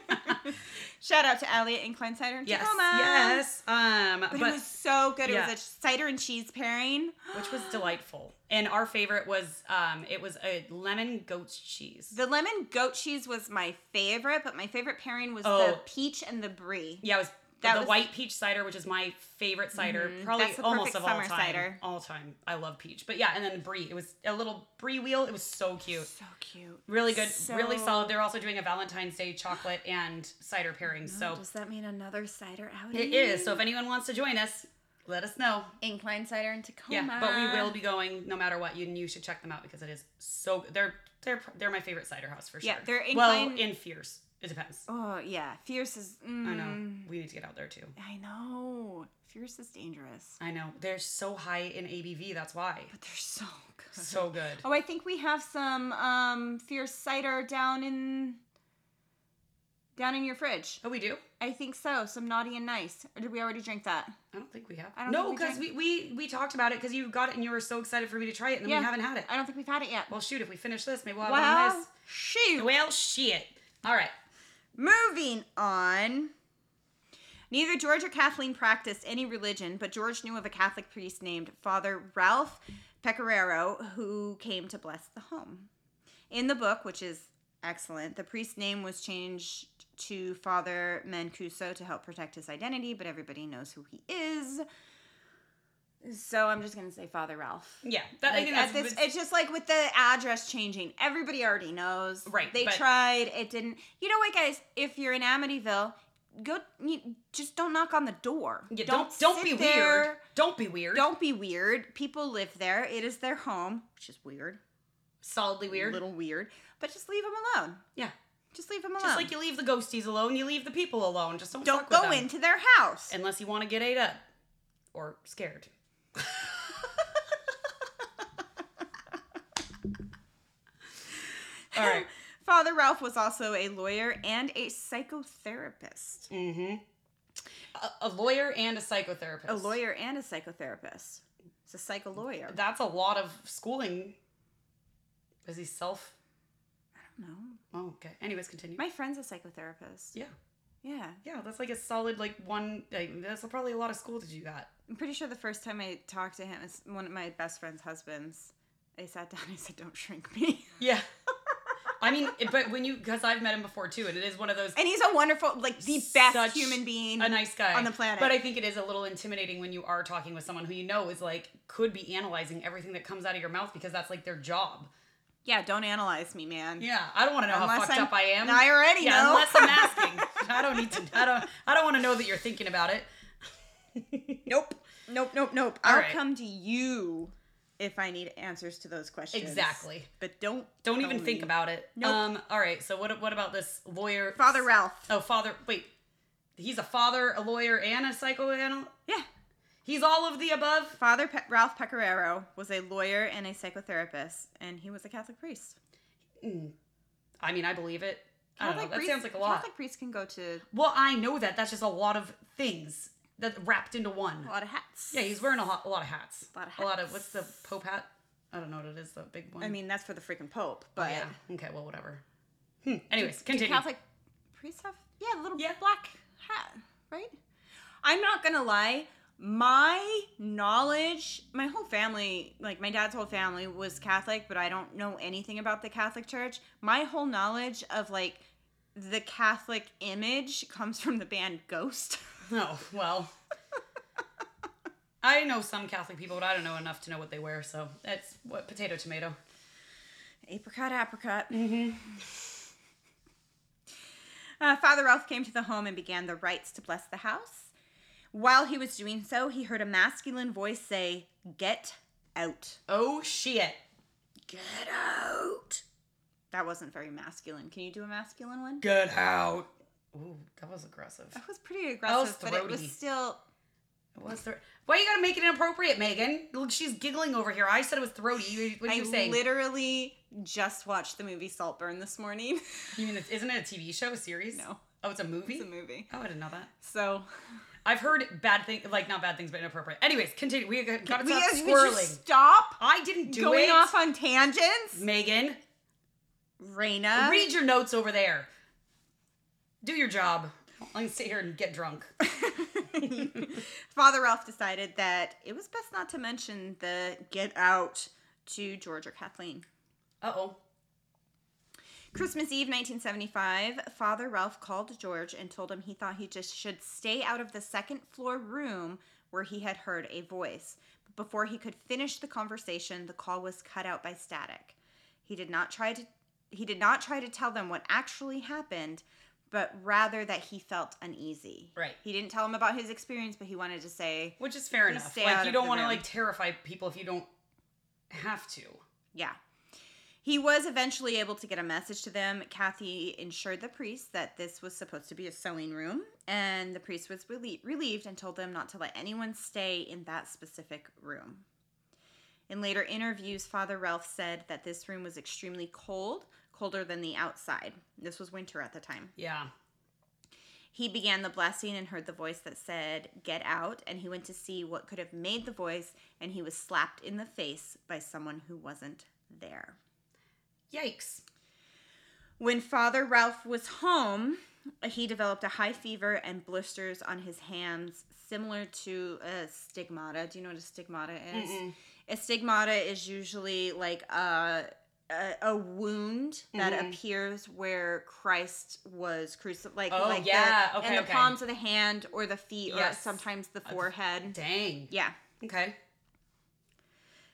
A: Shout out to Elliot and Klein Cider in
B: yes,
A: Tacoma.
B: yes. Um,
A: But,
B: but,
A: it was so good. It
B: Yeah.
A: was a cider and cheese pairing.
B: which was delightful, and our favorite was um, it was a lemon goat's cheese.
A: The lemon goat cheese was my favorite, but my favorite pairing was the
B: Oh.
A: peach and the brie.
B: yeah, it was
A: That
B: the
A: was-
B: white peach cider, which is my favorite cider,
A: Mhm.
B: probably
A: That's the
B: almost
A: perfect
B: of all
A: summer
B: time.
A: cider.
B: All time, I love peach. But yeah, and then brie. It was a little brie wheel. It was so cute.
A: So cute.
B: Really good, really
A: So-
B: solid. They're also doing a Valentine's Day chocolate and cider pairing, so
A: Does that mean another cider outing?
B: it is. So if anyone wants to join us, let us know.
A: Oh Incline cider in Tacoma.
B: Yeah, but we will be going no matter what. You and you should check them out because it is so good. They're they're they're my favorite cider house for sure.
A: Yeah, they're in
B: well
A: Klein-
B: in Fierce. It depends.
A: Oh yeah, fierce is. Mm,
B: I know we need to get out there too.
A: I know. Fierce is dangerous,
B: I know they're so high in ABV. That's why
A: but they're so good.
B: so good.
A: Oh, I think we have some um, fierce cider down in down in your fridge.
B: Oh, we do.
A: I think so. Some naughty and nice. Or did we already drink that?
B: I don't think we have.
A: I don't
B: no,
A: think we
B: because we, we we talked about it because you got it and you were so excited for me to try it and then
A: Yeah.
B: we haven't had it.
A: I don't think we've had it yet.
B: Well, shoot, if we finish this, maybe we'll have one
A: Wow.
B: this.
A: Shoot.
B: Well, shit. All right.
A: Moving on. Neither George or Kathleen practiced any religion, but George knew of a Catholic priest named Father Ralph Pecoraro, who came to bless the home. In the book, which is excellent, the priest's name was changed to Father Mancuso to help protect his identity, but everybody knows who he is. So I'm just gonna say Father Ralph.
B: Yeah, that, I
A: Like,
B: think
A: at
B: that's
A: this,
B: it's-
A: it's just like with the address changing. Everybody already knows.
B: Right,
A: They
B: but-
A: tried. It didn't. You know what, guys? If you're in Amityville, go. You, just don't knock on the door.
B: yeah, don't don't,
A: sit
B: be
A: there.
B: weird. Don't be weird.
A: Don't be weird. People live there. It is their home, which is weird.
B: solidly weird.
A: A little weird. But just leave them alone.
B: yeah,
A: Just leave them alone.
B: just like you leave the ghosties alone, you leave the people alone. Just don't
A: don't
B: fuck with
A: go
B: them.
A: into their house.
B: unless you want to get ate up or scared. All right.
A: Father Ralph was also a lawyer and a psychotherapist.
B: Mm-hmm. A, a lawyer and a psychotherapist.
A: A lawyer and a psychotherapist. It's a psycho lawyer.
B: That's a lot of schooling. Is he self?
A: No.
B: Oh, okay. Anyways, continue.
A: My friend's a psychotherapist.
B: yeah.
A: Yeah.
B: Yeah, that's like a solid like one. Like, that's probably a lot of school to do that.
A: I'm pretty sure the first time I talked to him, it's one of my best friend's husbands. I sat down and I said, Don't shrink me.
B: Yeah. I mean, it- but when you because I've met him before too, and it is one of those
A: And he's a wonderful, like the best
B: Such
A: human being.
B: a nice guy
A: on the planet.
B: But I think it is a little intimidating when you are talking with someone who you know is like could be analyzing everything that comes out of your mouth because that's like their job.
A: yeah, don't analyze me, man.
B: Yeah, I don't want to know how
A: Unless
B: fucked
A: I'm-
B: up I am.
A: I already
B: yeah,
A: know.
B: unless I'm asking. I don't need to. I don't. I don't want to know that you're thinking about it.
A: Nope. Nope, nope, nope.
B: All
A: I'll
B: right.
A: come to you if I need answers to those questions.
B: Exactly.
A: But don't
B: Don't
A: tell
B: even think
A: me.
B: about it.
A: Nope.
B: Um. All right. So what? What about this lawyer?
A: Father Ralph.
B: Oh, father. Wait. He's a father, a lawyer, and a psychoanalyst.
A: Yeah.
B: He's all of the above.
A: Father Pe- Ralph Pecoraro was a lawyer and a psychotherapist, and he was a Catholic priest.
B: I mean, I believe it. I don't
A: Catholic
B: know. Oh, That
A: priests-
B: sounds like a lot.
A: Catholic priests can go to
B: Well, I know that. That's just a lot of things that wrapped into one.
A: a lot of hats.
B: Yeah, he's wearing a lot, a lot of hats.
A: A lot of hats.
B: what's the Pope hat? I don't know what it is. The big one.
A: I mean, that's for the freaking Pope, but
B: yeah. Okay. Well, whatever. Hmm. Anyways,
A: Do
B: continue.
A: Catholic priests have yeah, a little
B: Yeah.
A: black hat, right? I'm not gonna lie. My knowledge, my whole family, like my dad's whole family was Catholic, but I don't know anything about the Catholic Church. My whole knowledge of like the Catholic image comes from the band Ghost.
B: No. Oh, Well. I know some Catholic people, but I don't know enough to know what they wear. So that's what potato tomato.
A: apricot, apricot.
B: Mm-hmm.
A: Uh, Father Ralph came to the home and began the rites to bless the house. While he was doing so, he heard a masculine voice say, Get out.
B: Oh shit.
A: Get out. That wasn't very masculine. Can you do a masculine one?
B: Get out. Ooh, that was aggressive.
A: That was pretty
B: was
A: aggressive, but it
B: throaty.
A: was still.
B: It was thro- Why you gotta make it inappropriate, Megan? Look, she's giggling over here. I said it was throaty. You- What are
A: I
B: you saying?
A: literally just watched the movie Saltburn this morning.
B: You mean it's, isn't it a TV show, a series?
A: No.
B: Oh, it's a movie.
A: it's a movie.
B: Oh, I didn't know that.
A: So
B: I've heard bad things, like not bad things, but inappropriate. Anyways, continue. We got to
A: we,
B: stop
A: we should
B: swirling.
A: stop
B: I didn't do
A: going
B: it.
A: off on tangents.
B: Megan,
A: Raina.
B: read your notes over there. Do your job. I'm gonna sit here and get drunk.
A: Father Ralph decided that it was best not to mention the get out to George or Kathleen.
B: Uh oh.
A: Christmas Eve 1975, Father Ralph called George and told him he thought he just should stay out of the second floor room where he had heard a voice. But before he could finish the conversation, the call was cut out by static. He did not try to he did not try to tell them what actually happened, but rather that he felt uneasy.
B: Right.
A: He didn't tell him about his experience, but he wanted to say,
B: Which is fair
A: Please
B: enough.
A: stay out
B: Like you
A: of
B: don't
A: the
B: want to
A: room.
B: like terrify people if you don't have to.
A: Yeah. He was eventually able to get a message to them. Kathy assured the priest that this was supposed to be a sewing room, and the priest was relie- relieved and told them not to let anyone stay in that specific room. In later interviews, Father Ralph said that this room was extremely cold, colder than the outside. This was winter at the time.
B: Yeah.
A: He began the blessing and heard the voice that said, Get out, and he went to see what could have made the voice, and he was slapped in the face by someone who wasn't there.
B: Yikes.
A: When Father Ralph was home, he developed a high fever and blisters on his hands, similar to a stigmata. Do you know what a stigmata is? A stigmata is usually like a a, a wound that
B: Mhm.
A: appears where Christ was crucified, like
B: Oh,
A: like
B: yeah.
A: the,
B: Okay,
A: in the
B: okay.
A: palms of the hand or the feet or
B: Yes.
A: sometimes the forehead.
B: Dang.
A: Yeah.
B: Okay.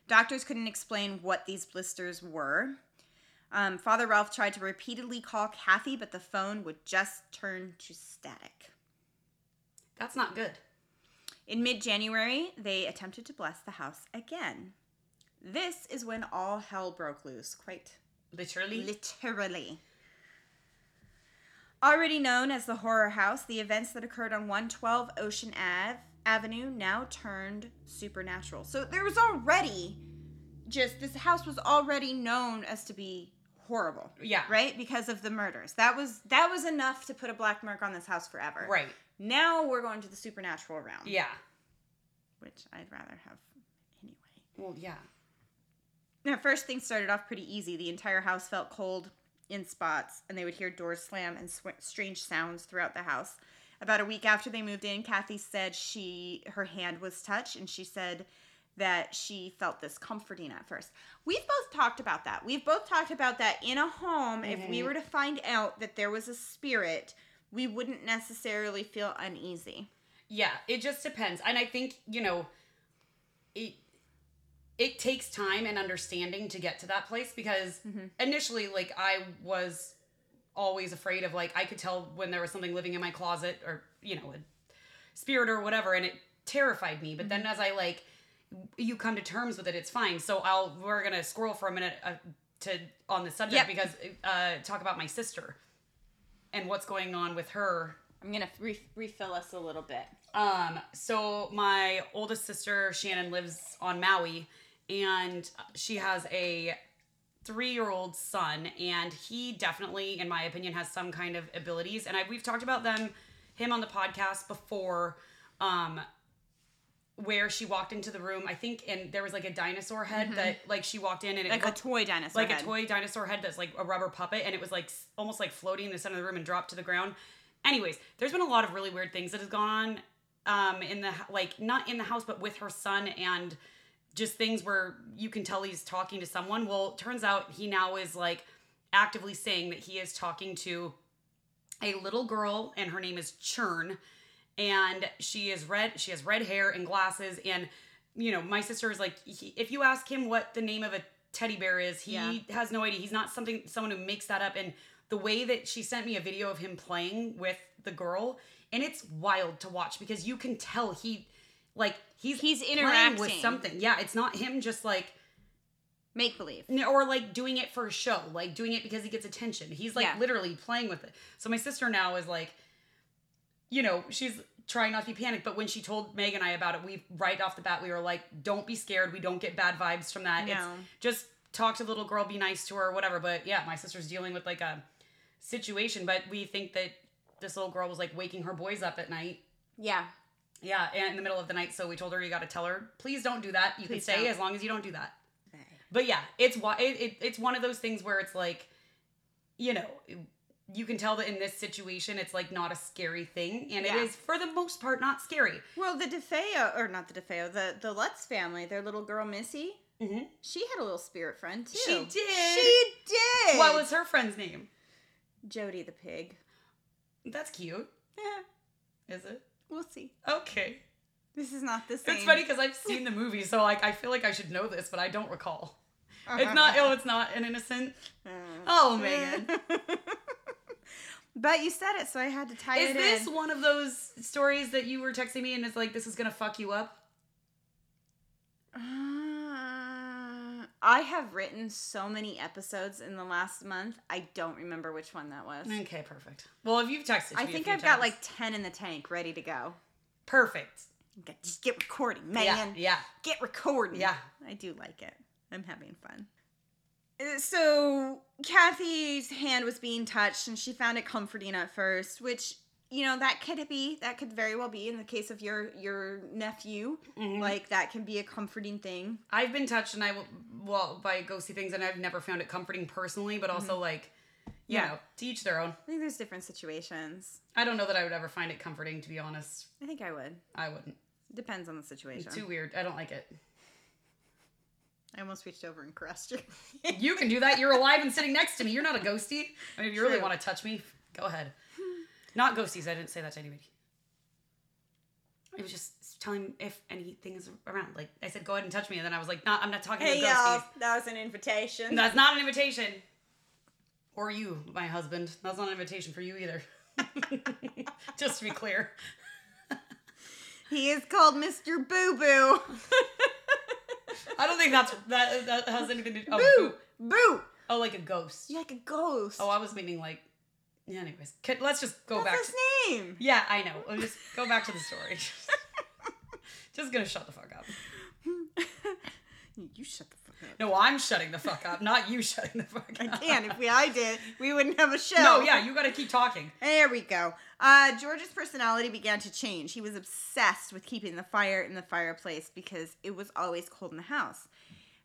A: Doctors couldn't explain what these blisters were. Um, Father Ralph tried to repeatedly call Kathy, but the phone would just turn to static.
B: That's not good.
A: In mid January, they attempted to bless the house again. This is when all hell broke loose, quite
B: Literally.
A: literally. Already known as the Horror House, the events that occurred on 112 Ocean Ave Avenue now turned supernatural. So there was already just this house was already known as to be horrible,
B: yeah.
A: right? Because of the murders. That was that was enough to put a black mark on this house forever.
B: Right.
A: Now we're going to the supernatural realm.
B: Yeah.
A: Which I'd rather have anyway.
B: Well, yeah.
A: Now, first things started off pretty easy. The entire house felt cold in spots, and they would hear doors slam and sw- strange sounds throughout the house. About a week after they moved in, Kathy said she her hand was touched, and she said that she felt this comforting at first. We've both talked about that. We've both talked about that in a home. If we were to find out that there was a spirit, we wouldn't necessarily feel uneasy.
B: Yeah. It just depends. And I think, you know, it it takes time and understanding to get to that place because initially like I was always afraid of like I could tell when there was something living in my closet or, you know, a spirit or whatever and it terrified me. But then as I like you come to terms with it, it's fine. So I'll we're gonna scroll for a minute uh, to on the
A: Yep.
B: subject because uh, talk about my sister and what's going on with her.
A: I'm gonna re- refill us a little bit.
B: Um, so my oldest sister Shannon lives on Maui, and she has a three-year-old son, and he definitely, in my opinion, has some kind of abilities. And I, we've talked about them, him on the podcast before. Um, where she walked into the room, I think, and there was like a dinosaur head that, like, she walked in and it
A: Mm-hmm. Like a
B: looked
A: toy dinosaur.
B: like
A: head.
B: a toy dinosaur head that's like a rubber puppet and it was like s- almost like floating in the center of the room and dropped to the ground anyways there's been a lot of really weird things that has gone on um in the h- like not in the house but with her son and just things where you can tell he's talking to someone well turns out he now is like actively saying that he is talking to a little girl and her name is churn and she is red she has red hair and glasses and you know my sister is like he, if you ask him what the name of a teddy bear is he
A: Yeah.
B: has no idea he's not something someone who makes that up and the way that she sent me a video of him playing with the girl and it's wild to watch because you can tell he like he's
A: He's
B: playing with
A: interacting.
B: something yeah it's not him just like
A: Make believe.
B: N- or like doing it for a show, like doing it because he gets attention. He's like
A: Yeah.
B: literally playing with it. So my sister now is like, you know, she's trying not to be panicked, but when she told Meg and I about it, we right off the bat we were like, don't be scared. We don't get bad vibes from that. It's
A: No.
B: just talk to the little girl, be nice to her, whatever. But yeah, my sister's dealing with like a situation, but we think that this little girl was like waking her boys up at night
A: Yeah.
B: yeah, and in the middle of the night. So we told her, you got to tell her, please don't do that. You
A: Please
B: can say
A: don't.
B: as long as you don't do that. But yeah, it's why it, it, it's one of those things where it's like, you know, you can tell that in this situation, it's like not a scary thing, and
A: Yeah.
B: it is for the most part not scary.
A: Well, the DeFeo, or not the DeFeo, the the Lutz family, their little girl Missy,
B: Mhm.
A: she had a little spirit friend too.
B: She did.
A: She did.
B: What was her friend's name?
A: Jody the pig?
B: That's cute,
A: Eh,
B: is it?
A: we'll see.
B: Okay,
A: This is not the same.
B: it's funny because I've seen the movie, so like I feel like I should know this, but I don't recall. It's not. Oh, it's not an innocent. Oh, Megan.
A: but you said it, so I had to tie
B: Is
A: it
B: this
A: in.
B: one of those stories that you were texting me and it's like this is gonna fuck you up?
A: Uh, I have written so many episodes in the last month. I don't remember which one that was.
B: Okay, perfect. Well, if you've texted,
A: I
B: me a
A: think
B: few
A: I've got
B: times.
A: like ten in the tank, ready to go.
B: perfect.
A: Okay, Just get recording, man.
B: Yeah, yeah,
A: get recording.
B: Yeah.
A: I do like it. I'm having fun. Uh, So Kathy's hand was being touched and she found it comforting at first, which you know that could be that could very well be in the case of your your nephew
D: Mm-hmm.
A: like that can be a comforting thing
B: I've been touched and I will well by ghostly things and I've never found it comforting personally, but
D: Mm-hmm.
B: also like, you
A: Yeah.
B: know, to each their own.
A: i think there's different situations
B: I don't know that I would ever find it comforting, to be honest.
A: i think i would
B: I wouldn't.
A: depends on the situation
B: It's too weird. I don't like it.
D: I almost reached over and caressed you.
B: You can do that. You're alive and sitting next to me. You're not a ghostie. I mean, if you really
D: True.
B: want to touch me, go ahead. Not ghosties. I didn't say that to anybody. I was just telling if anything is around. Like I said, go ahead and touch me, and then I was like, "Not, I'm not talking
D: hey
B: to ghosties.
D: y'all, that was an invitation.
B: That's not an invitation. Or you, my husband. That's not an invitation for you either. Just to be clear.
A: He is called Mr. Boo Boo.
B: I don't think that's that, that has anything to do. Oh, boo.
A: Boo!
B: oh, like a ghost.
A: You're like a ghost.
B: Oh, I was meaning like. yeah, Anyways, Could- let's just go back.
A: What's
B: to-
A: his name?
B: Yeah, I know. We'll just go back to the story. just gonna shut the fuck up.
D: you shut the fuck up.
B: No, I'm shutting the fuck up, not you shutting the fuck up.
D: And if we, I did, we wouldn't have a show.
B: No, yeah, you gotta keep talking.
A: There we go. Uh, George's personality began to change. He was obsessed with keeping the fire in the fireplace because it was always cold in the house.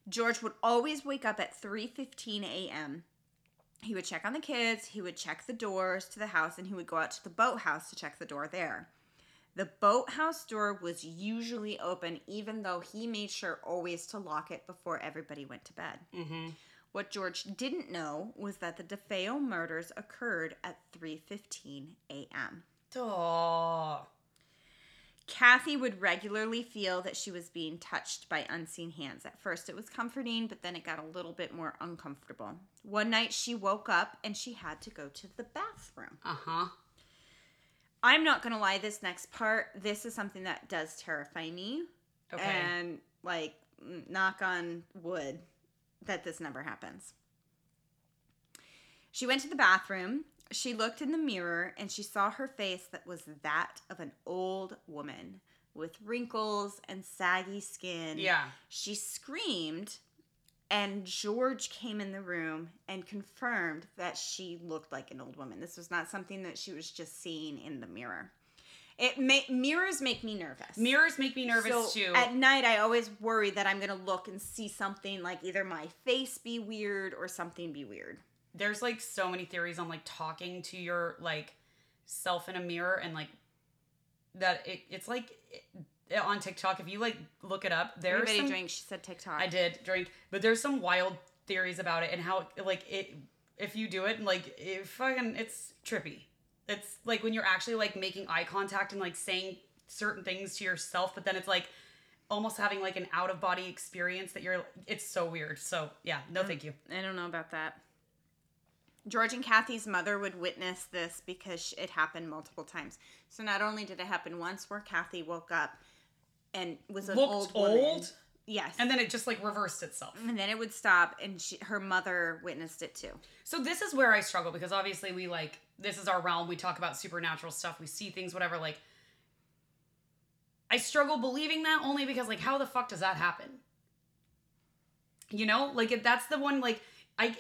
A: George would always wake up at 3:15 a.m. He would check on the kids, he would check the doors to the house, and he would go out to the boathouse to check the door there. The boathouse door was usually open, even though he made sure always to lock it before everybody went to bed.
B: Mm-hmm.
A: What George didn't know was that the DeFeo murders occurred at 3:15 a.m.
B: Oh,
A: Kathy would regularly feel that she was being touched by unseen hands. At first it was comforting, but then it got a little bit more uncomfortable. One night she woke up and she had to go to the bathroom.
B: uh huh.
A: I'm not going to lie this next part, this is something that does terrify me
B: Okay.
A: and like n- knock on wood that this never happens. She went to the bathroom. She looked in the mirror and she saw her face that was that of an old woman with wrinkles and saggy skin.
B: yeah.
A: She screamed, and George came in the room and confirmed that she looked like an old woman. This was not something that she was just seeing in the mirror. It ma- mirrors make me nervous.
B: Mirrors make me nervous
A: So,
B: too.
A: At night, I always worry that I'm gonna look and see something like either my face be weird or something be weird.
B: There's like so many theories on like talking to your like self in a mirror and like that. It, it's like it, on TikTok. If you like look it up, there's
A: Everybody
B: some
A: drink. She said TikTok.
B: I did drink, but there's some wild theories about it and how like it if you do it like it fucking it's trippy. It's like when you're actually like making eye contact and like saying certain things to yourself, but then it's like almost having like an out of body experience that you're it's so weird. So yeah, no thank you.
A: I don't know about that. George and Kathy's mother would witness this because it happened multiple times. So not only did it happen once, where Kathy woke up and was an
B: Looked
A: old,
B: old,
A: woman. yes,
B: and then it just like reversed itself.
A: and then it would stop, and she, her mother witnessed it too.
B: So this is where I struggle because obviously we like this is our realm. We talk about supernatural stuff. We see things, whatever. Like I struggle believing that only because like how the fuck does that happen? You know, like if that's the one. Like I,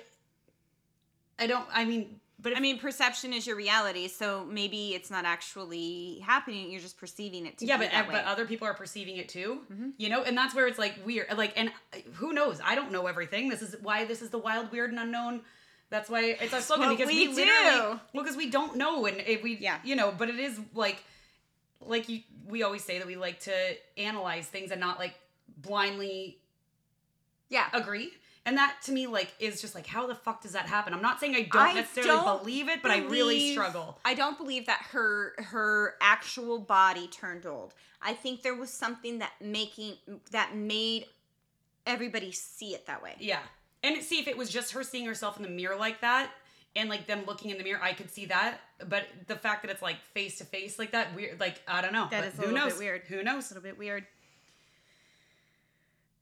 B: I don't. I mean,
A: But I mean, perception is your reality, so maybe it's not actually happening. You're just perceiving it to
B: yeah,
A: be
B: but
A: that way. Mm-hmm.
B: but other people are perceiving it too. You know, and that's where it's like weird. Like, and who knows? I don't know everything. This is why this is the wild, weird, and unknown. That's why it's our slogan
A: What
B: because we,
A: we do.
B: literally well because we don't know and if we
A: Yeah.
B: you know but it is like like you we always say that we like to analyze things and not like blindly
A: yeah,
B: agree and that to me like is just like how the fuck does that happen i'm not saying i don't
A: I
B: necessarily
A: don't
B: believe it but i really
A: believe-
B: struggle
A: I don't believe that her her actual body turned old. I think there was something that making that made everybody see it that way.
B: Yeah. And see, if it was just her seeing herself in the mirror like that and like them looking in the mirror, I could see that. But the fact that it's like face to face like that, weird, like, I don't know.
A: That
B: Like,
A: is a little bit
B: knows?
A: weird.
B: Who
A: It's
B: knows?
A: a little bit weird.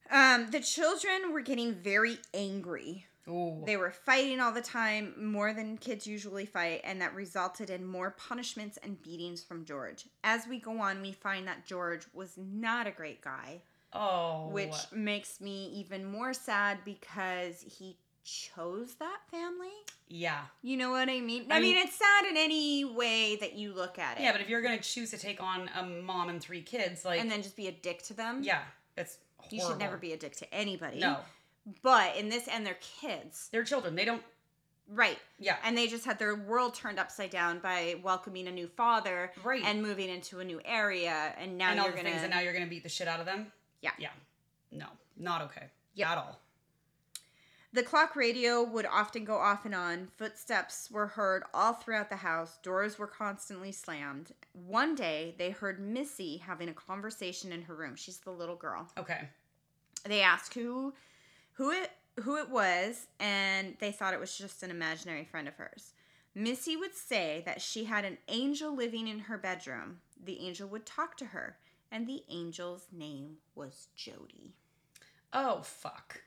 A: Um, the children were getting very angry.
B: Ooh.
A: They were fighting all the time, more than kids usually fight, and that resulted in more punishments and beatings from George. As we go on, we find that George was not a great guy.
B: oh.
A: which makes me even more sad because he chose that family.
B: Yeah.
A: You know what I mean? I,
B: I
A: mean,
B: mean-
A: it's sad in any way that you look at it.
B: Yeah, but if you're going to choose to take on a mom and three kids, like,
A: and then just be a dick to them.
B: yeah, it's horrible.
A: You should never be a dick to anybody.
B: No.
A: But in this and their kids.
B: They're children. They don't.
A: Right.
B: Yeah.
A: And they just had their world turned upside down by welcoming a new father
B: Right.
A: and moving into a new area and now
B: and all
A: you're
B: the
A: going to
B: things, and now you're going to beat the shit out of them.
A: Yeah.
B: Yeah. No, not okay. at all.
A: The clock radio would often go off and on. Footsteps were heard all throughout the house. Doors were constantly slammed. One day, they heard Missy having a conversation in her room. She's the little girl.
B: Okay.
A: They asked who who it who it was, and they thought it was just an imaginary friend of hers. Missy would say that she had an angel living in her bedroom. The angel would talk to her, and the angel's name was Jody.
B: Oh fuck.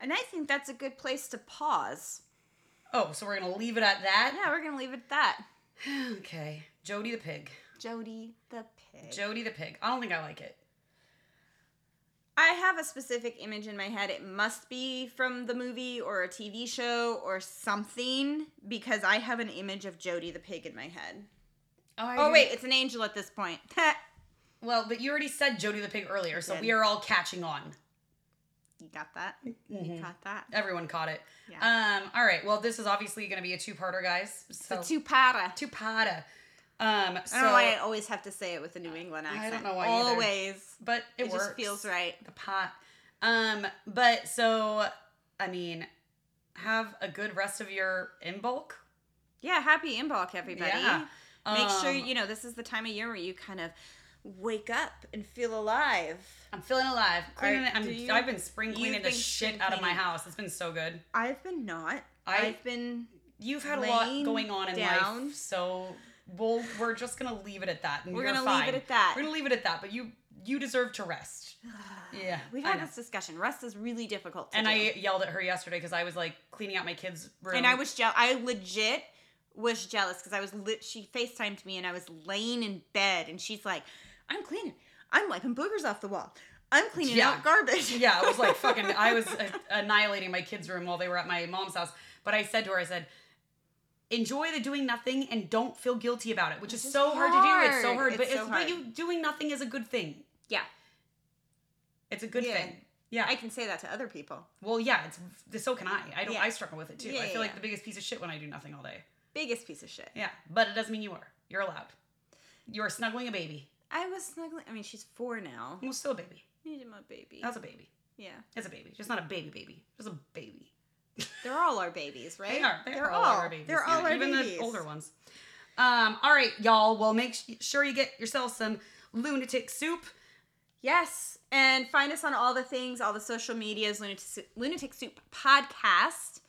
A: And I think that's a good place to pause.
B: Oh, so we're gonna leave it at that.
A: Yeah, we're gonna leave it at that.
B: Okay. Jody the pig.
A: Jody the pig.
B: Jody the pig. I don't think I like it.
A: I have a specific image in my head. It must be from the movie or a TV show or something because I have an image of Jody the pig in my head.
B: Oh, I
A: Oh
B: didn't-
A: wait, it's an angel at this point.
B: Well, but you already said Jody the pig earlier, so
A: Did.
B: we are all catching on.
A: you got that?
B: Mm-hmm.
A: You got that?
B: Everyone caught it. Um. All right. Well, this is obviously going to be a two-parter, guys. So
A: The two para.
B: two-parter. Um. So,
A: I don't know why I always have to say it with a New England
B: I don't
A: accent.
B: know why either.
A: Always.
B: but it,
A: It,
B: works.
A: just feels right.
B: The pot. Um. But so, I mean, have a good rest of your in bulk.
A: Yeah, happy inbulk, everybody.
B: Yeah.
A: Make sure,
B: Um,
A: you know, this is the time of year where you kind of wake up and feel alive.
B: I'm feeling alive. Cleaning.
A: Are-
B: I'm,
A: do you-
B: I've been spring
A: you've
B: cleaning the
A: been
B: shit
A: spring
B: out of my
A: cleaning.
B: house. It's been so good.
A: I've been not.
B: I-
A: I've been
B: You've had a lot
A: Laying
B: going on in
A: down.
B: life, so we'll we're just gonna leave it at that. and
A: We're
B: you're
A: gonna leave
B: fine.
A: it at that.
B: We're gonna leave it at that. But you you deserve to rest. yeah,
A: We've
B: I
A: had
B: know.
A: this discussion. Rest is really difficult. To
B: And
A: do.
B: I yelled at her yesterday because I was like cleaning out my kids' room.
A: and I was jealous. I legit was jealous because I was lit. She Facetimed me, and I was laying in bed, and she's like, "I'm cleaning. I'm wiping boogers off the wall. I'm cleaning
B: Yeah.
A: out garbage."
B: yeah, I was like fucking. I was uh, annihilating my kids' room while they were at my mom's house. But I said to her, I said. Enjoy the doing nothing and don't feel guilty about it, which is
A: is
B: so hard. to do. It's so
A: hard.
B: hard, but
A: It's so
B: it's,
A: hard.
B: but you doing nothing is a good thing.
A: yeah.
B: It's a good
A: Yeah.
B: thing. Yeah,
A: I can say that to other people.
B: Well, yeah, it's so can I. I don't.
A: Yeah.
B: I struggle with it too.
A: Yeah,
B: I feel
A: yeah,
B: like
A: yeah.
B: the biggest piece of shit when I do nothing all day.
A: Biggest piece of shit.
B: Yeah, but it doesn't mean you are. You're allowed. You are snuggling a baby.
A: I was snuggling. I mean, she's four now.
B: Well, still a baby.
A: Need my baby.
B: That's a baby.
A: yeah,
B: It's a baby. Just not a baby baby. Just a baby.
A: they're all our babies, right?
B: They are. They are all, our babies.
A: They're
B: yeah,
A: all our
B: even
A: babies.
B: the older ones. Um. All right, y'all. Well, make sh- sure you get yourself some lunatic soup.
A: Yes. And find us on all the things, all the social medias, Lunatic, Sou- Lunatic Soup Podcast.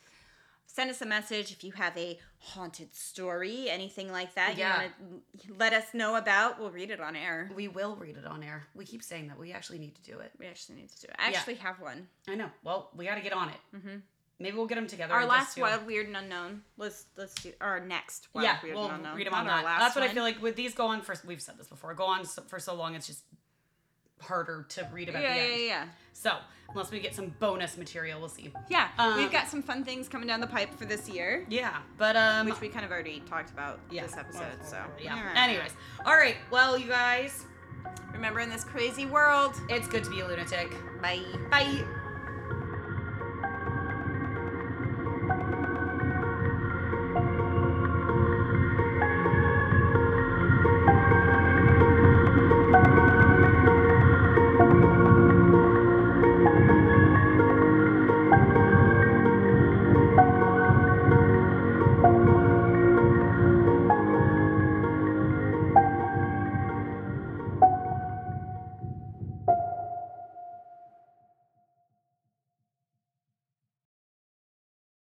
A: Send us a message if you have a haunted story, anything like that
B: Yeah.
A: you want to let us know about. We'll read it on air.
B: We will read it on air. We keep saying that. We actually need to do it.
A: We actually need to do it. I
B: Yeah.
A: actually have one.
B: I know. Well, we got to get on it. Mm-hmm. Maybe we'll get them together.
A: Our
B: and just
A: last
B: do a-
A: wild, weird, and unknown. Let's let's do our next wild,
B: yeah,
A: weird,
B: we'll
A: and unknown.
B: read them on
A: Not our
B: that.
A: last
B: That's what I
A: one.
B: feel like with these go on for. We've said this before. Go on so, for so long, it's just harder to read about.
A: Yeah,
B: the
A: yeah,
B: end.
A: yeah.
B: So unless we get some bonus material, we'll see.
A: Yeah,
B: Um,
A: we've got some fun things coming down the pipe for this year,
B: Yeah, but um,
A: which we kind of already talked about
B: yeah.
A: this episode. So
B: yeah.
A: All right.
B: Anyways, all right. Well, you guys,
A: remember in this crazy world,
B: it's good to be a lunatic.
A: bye.
B: Bye.